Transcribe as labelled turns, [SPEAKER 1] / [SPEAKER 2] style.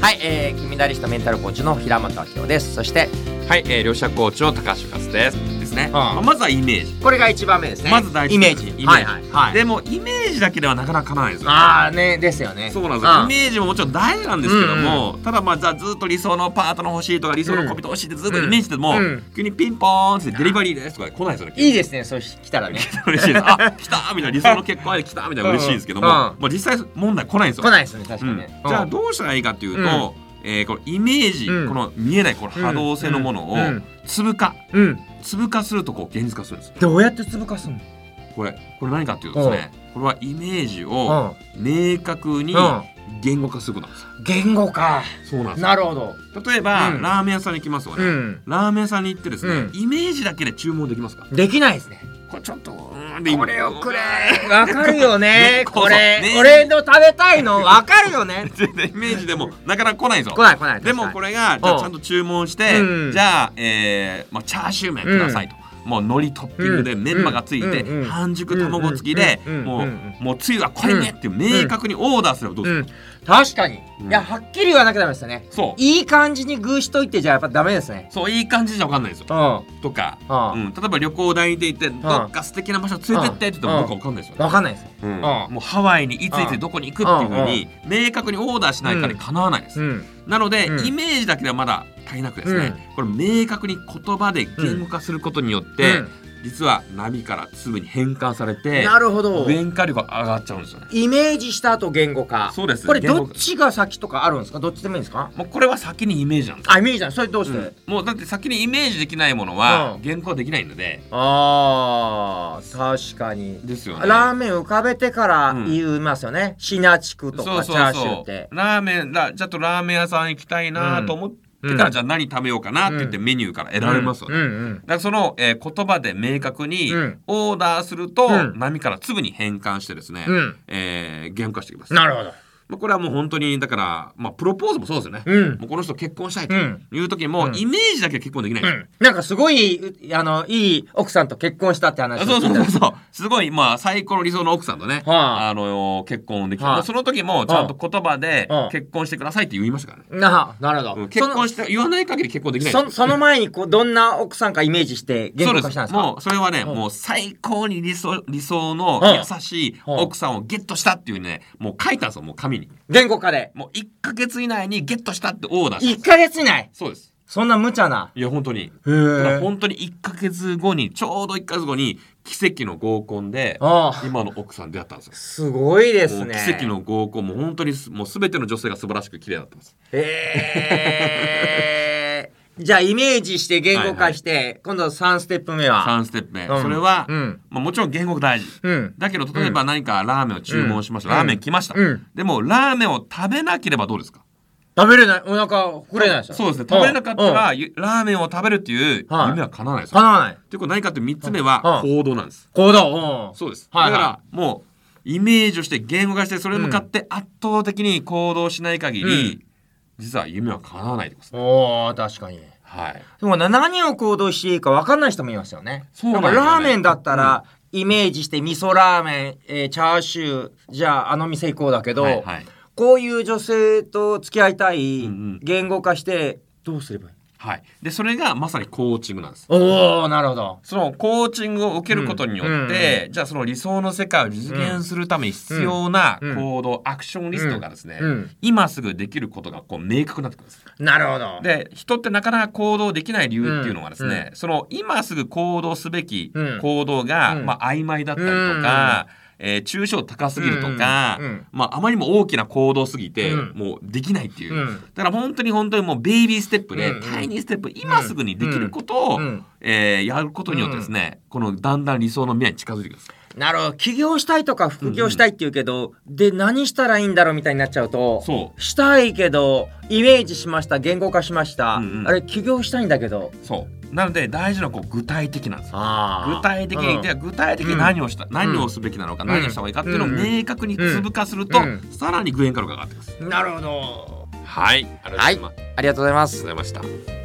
[SPEAKER 1] はい、えー、金メダリストメンタルコーチの平本明夫です。そして、
[SPEAKER 2] はい、えー、両者コーチの高橋勝です。ですね。まあまずはイメージ。
[SPEAKER 1] これが一番目ですね。
[SPEAKER 2] まず第一
[SPEAKER 1] イメージ。
[SPEAKER 2] イメージ
[SPEAKER 1] はいはいはい。
[SPEAKER 2] でもイメージだけではなかなか叶わないですよ。
[SPEAKER 1] ああね、ですよね。
[SPEAKER 2] そうなんです
[SPEAKER 1] う
[SPEAKER 2] よ。イ
[SPEAKER 1] ん
[SPEAKER 2] メージももちろん大事なんですけども、ただまあじゃあずっと理想のパートの欲しいとか理想の小人欲しいってずっとイメージでも、
[SPEAKER 1] うんうん
[SPEAKER 2] 急にピンポーンってデリバリーですとか来ないですよね。
[SPEAKER 1] いいですね、そう来たら ね。
[SPEAKER 2] 嬉しいです。あ、来たみたいな理想の結婚相手来たみたいな嬉しいですけども、
[SPEAKER 1] うん
[SPEAKER 2] まあ実際問題来ないんですよ。
[SPEAKER 1] 来ないですね、確か
[SPEAKER 2] う
[SPEAKER 1] に
[SPEAKER 2] ん
[SPEAKER 1] ね。
[SPEAKER 2] じゃあどうしたらいいかっていうと、えーこのイメージ、
[SPEAKER 1] うん
[SPEAKER 2] この見えないこの波動性のものを
[SPEAKER 1] うんうん
[SPEAKER 2] 粒化、
[SPEAKER 1] うん、うん。
[SPEAKER 2] 粒化するとこう現実化するんですよ
[SPEAKER 1] どうやってつぶかすの
[SPEAKER 2] これこれ何かっていうとですねこれはイメージを
[SPEAKER 1] う
[SPEAKER 2] 明確に
[SPEAKER 1] うん
[SPEAKER 2] 言語化することなんですよ
[SPEAKER 1] ん。言語か。
[SPEAKER 2] そうなん
[SPEAKER 1] なるほど。
[SPEAKER 2] よ例えば、
[SPEAKER 1] うん
[SPEAKER 2] ラーメン屋さんに行きますよね、
[SPEAKER 1] うん。
[SPEAKER 2] ラーメン屋さんに行ってですね、
[SPEAKER 1] うん
[SPEAKER 2] イメージだけで注文できますか
[SPEAKER 1] できないですね。
[SPEAKER 2] これちょっとうーんで
[SPEAKER 1] こ
[SPEAKER 2] 今
[SPEAKER 1] れをくれ。わかるよね。
[SPEAKER 2] こう
[SPEAKER 1] これ
[SPEAKER 2] ね。。
[SPEAKER 1] 俺の食べたいのわかるよね
[SPEAKER 2] 全然イメージでもなかなか来ないぞ
[SPEAKER 1] 来ない来ない。
[SPEAKER 2] でもこれがじゃあちゃんと注文して、
[SPEAKER 1] うん
[SPEAKER 2] じゃあ、えーまあ、チャーシュー麺くださいと、もう海苔トッピングで
[SPEAKER 1] うん
[SPEAKER 2] メンマがついて、
[SPEAKER 1] うん
[SPEAKER 2] 半熟卵付きで、
[SPEAKER 1] うん
[SPEAKER 2] もう、
[SPEAKER 1] うん
[SPEAKER 2] もうつゆはこれねっていう明確にオーダーすればどう
[SPEAKER 1] う
[SPEAKER 2] する、
[SPEAKER 1] ん。確かに。
[SPEAKER 2] う
[SPEAKER 1] い
[SPEAKER 2] ん
[SPEAKER 1] や、はっきり言わなきゃダメですよね。
[SPEAKER 2] そう
[SPEAKER 1] いい感じにグーしといてじゃやっぱダメですね。
[SPEAKER 2] そういい感じじゃ分かんないですよ
[SPEAKER 1] うん。わ
[SPEAKER 2] とか、
[SPEAKER 1] ああ
[SPEAKER 2] うん、例えば旅行代理店行ってどっか素敵な場所連れてってって言っても
[SPEAKER 1] ああ
[SPEAKER 2] 僕は分かんないですよね、
[SPEAKER 1] かんないですね。
[SPEAKER 2] うん
[SPEAKER 1] ああ
[SPEAKER 2] もうハワイにいついつどこに行くっていうふうに明確にオーダーしないからかなわないです、
[SPEAKER 1] うん。
[SPEAKER 2] なので、
[SPEAKER 1] うん
[SPEAKER 2] イメージだけではまだ足りなくてですね、これ明確に言葉で言語化することによって、
[SPEAKER 1] うん
[SPEAKER 2] 実は波から粒に変換されて
[SPEAKER 1] なるほど。
[SPEAKER 2] 原価力が上がっちゃうんですよね。
[SPEAKER 1] イメージした後言語化。
[SPEAKER 2] そうです
[SPEAKER 1] これ
[SPEAKER 2] 言語
[SPEAKER 1] どっちが先とかあるんですかどっちでもいいんですか
[SPEAKER 2] もうこれは先にイメージなんだ。
[SPEAKER 1] あ、イメージだ。それどうし
[SPEAKER 2] う
[SPEAKER 1] て、
[SPEAKER 2] んもうだって先にイメージできないものは
[SPEAKER 1] うん
[SPEAKER 2] 原稿できないので、
[SPEAKER 1] ああ、確かに。
[SPEAKER 2] ですよね。
[SPEAKER 1] ラーメン浮かべてから
[SPEAKER 2] うん
[SPEAKER 1] 言いますよね。シナチクと
[SPEAKER 2] そう
[SPEAKER 1] かチ
[SPEAKER 2] そう
[SPEAKER 1] ャーシュー
[SPEAKER 2] そ
[SPEAKER 1] っ
[SPEAKER 2] う
[SPEAKER 1] て。
[SPEAKER 2] ラーメンだちょっとラーメン屋さん行きたいなと思ってから、
[SPEAKER 1] うん
[SPEAKER 2] じゃあ何食べようかなって言ってメニューから選べますよね。
[SPEAKER 1] うんうん
[SPEAKER 2] だからその、えー言葉で明確に
[SPEAKER 1] うん
[SPEAKER 2] オーダーすると、
[SPEAKER 1] うん
[SPEAKER 2] 波から粒に変換してですね、
[SPEAKER 1] うん。うん
[SPEAKER 2] えー言語化していきます。
[SPEAKER 1] なるほど。
[SPEAKER 2] まあ、これはもう本当にだから、まあ、プロポーズもそうですよね。
[SPEAKER 1] うん。
[SPEAKER 2] もうこの人結婚したいと
[SPEAKER 1] うん
[SPEAKER 2] いう時も、
[SPEAKER 1] うん
[SPEAKER 2] イメージだけは結婚できないん
[SPEAKER 1] う
[SPEAKER 2] ですよ、
[SPEAKER 1] ん。なんかすごい、あの、いい奥さんと結婚したって話を
[SPEAKER 2] あそう
[SPEAKER 1] 聞
[SPEAKER 2] そ
[SPEAKER 1] いうたん
[SPEAKER 2] そう
[SPEAKER 1] です
[SPEAKER 2] そうすごいまあ最高の理想の奥さんとね、
[SPEAKER 1] は
[SPEAKER 2] あ、の結婚できて、
[SPEAKER 1] はい
[SPEAKER 2] まあその時もちゃんと言葉で
[SPEAKER 1] うん
[SPEAKER 2] 結婚してくださいって言いましたからね、
[SPEAKER 1] なあなるほど。
[SPEAKER 2] うん結婚して言わない限り結婚できない
[SPEAKER 1] そのそその前にこうどんな奥さんかイメージして言
[SPEAKER 2] そう
[SPEAKER 1] 語
[SPEAKER 2] で
[SPEAKER 1] 化したんですすか
[SPEAKER 2] もうそれはね、
[SPEAKER 1] うん
[SPEAKER 2] もう最高に理想理想の
[SPEAKER 1] うん
[SPEAKER 2] 優しい奥さんをゲットしたっていうねもう書いたんですよもう紙に
[SPEAKER 1] 言語化で。
[SPEAKER 2] もう1ヶ月以内にゲットしたってオーダーした
[SPEAKER 1] 1ヶ月以内
[SPEAKER 2] そうです
[SPEAKER 1] そんな無茶な。
[SPEAKER 2] いや本当に
[SPEAKER 1] へ
[SPEAKER 2] だから
[SPEAKER 1] え。
[SPEAKER 2] 本当に1ヶ月後にちょうど1ヶ月後に奇跡の合コンで
[SPEAKER 1] ああ
[SPEAKER 2] 今の奥さん出会ったんですよ
[SPEAKER 1] すごいです
[SPEAKER 2] もう
[SPEAKER 1] ね。
[SPEAKER 2] 奇跡の合コンもう本当にすもう全ての女性が素晴らしく綺麗だったんです
[SPEAKER 1] へーじゃあイメージして言語化して、今度3ステップ目は。
[SPEAKER 2] 3ステップ目、
[SPEAKER 1] うん
[SPEAKER 2] それは、
[SPEAKER 1] うん
[SPEAKER 2] まあ、もちろん言語大事
[SPEAKER 1] うん。
[SPEAKER 2] だけど例えば何かラーメンを注文しました、
[SPEAKER 1] うん
[SPEAKER 2] ラーメン来ました、
[SPEAKER 1] うん
[SPEAKER 2] でもラーメンを食べなければどうですか
[SPEAKER 1] 食べれない。お腹膨れないですよ
[SPEAKER 2] そうですね食べなかった。
[SPEAKER 1] うんうん
[SPEAKER 2] らゆラーメンを食べるっていう夢
[SPEAKER 1] はい
[SPEAKER 2] は叶わないですよ、
[SPEAKER 1] 叶わない。
[SPEAKER 2] ということは何かって3つ目は
[SPEAKER 1] うん
[SPEAKER 2] 行動なんです、
[SPEAKER 1] 行動。うん。
[SPEAKER 2] そうです、
[SPEAKER 1] はいはい
[SPEAKER 2] だからもうイメージをして言語化してそれに向かって圧倒的に行動しない限り、
[SPEAKER 1] う
[SPEAKER 2] 実は夢は叶わないでます、
[SPEAKER 1] おー、確かに。
[SPEAKER 2] はい
[SPEAKER 1] でもな何を行動していいか分かんない人もいますよね。
[SPEAKER 2] そうなん
[SPEAKER 1] だ
[SPEAKER 2] ですよね
[SPEAKER 1] からラーメンだったら、イメージして味噌ラーメン、えーチャーシューじゃああの店行こうだけど、
[SPEAKER 2] はいはい
[SPEAKER 1] こういう女性と付き合いたい、
[SPEAKER 2] うんうん
[SPEAKER 1] 言語化してどうすればいい
[SPEAKER 2] はい、でそれがまさにコーチングなんです。
[SPEAKER 1] おおなるほど。
[SPEAKER 2] そのコーチングを受けることによって、
[SPEAKER 1] うんう
[SPEAKER 2] じゃあその理想の世界を実現するために必要な
[SPEAKER 1] うん
[SPEAKER 2] 行動、アクションリストがですね、
[SPEAKER 1] うん
[SPEAKER 2] 今すぐできることがこう明確になってくるんです。
[SPEAKER 1] なるほど。
[SPEAKER 2] で人ってなかなか行動できない理由っていうのはですね、
[SPEAKER 1] う
[SPEAKER 2] その今すぐ行動すべき
[SPEAKER 1] うん
[SPEAKER 2] 行動が、
[SPEAKER 1] うん
[SPEAKER 2] まあ、曖昧だったりとか、えー抽象度高すぎるとか、
[SPEAKER 1] うんうん
[SPEAKER 2] まあ、あまりにも大きな行動すぎて、
[SPEAKER 1] うん
[SPEAKER 2] もうできないっていう、
[SPEAKER 1] うん
[SPEAKER 2] だから本当に本当にもうベイビーステップで、
[SPEAKER 1] うんうん
[SPEAKER 2] タイニーステップ今すぐにできることを、
[SPEAKER 1] うんうん
[SPEAKER 2] えーやることによってですね、このだんだん理想の未来に近づいてくるんです。
[SPEAKER 1] なるほど起業したいとか副業したいって言うけど、で何したらいいんだろうみたいになっちゃうと
[SPEAKER 2] そう
[SPEAKER 1] したいけどイメージしました言語化しました、
[SPEAKER 2] うんうん
[SPEAKER 1] あれ起業したいんだけど
[SPEAKER 2] そうなので大事なのはこう具体的なんですよ具
[SPEAKER 1] 具
[SPEAKER 2] 体的に、では具体的に何をした、何をすべきなのか、
[SPEAKER 1] うん
[SPEAKER 2] 何をした方がいいかっていうのを
[SPEAKER 1] うん
[SPEAKER 2] 明確に粒化すると、
[SPEAKER 1] うん
[SPEAKER 2] さらにグエンカロが上がってます。
[SPEAKER 1] なるほど
[SPEAKER 2] はい、あ
[SPEAKER 1] がと
[SPEAKER 2] り
[SPEAKER 1] うござい
[SPEAKER 2] ま
[SPEAKER 1] ありがとうございます
[SPEAKER 2] ざいました。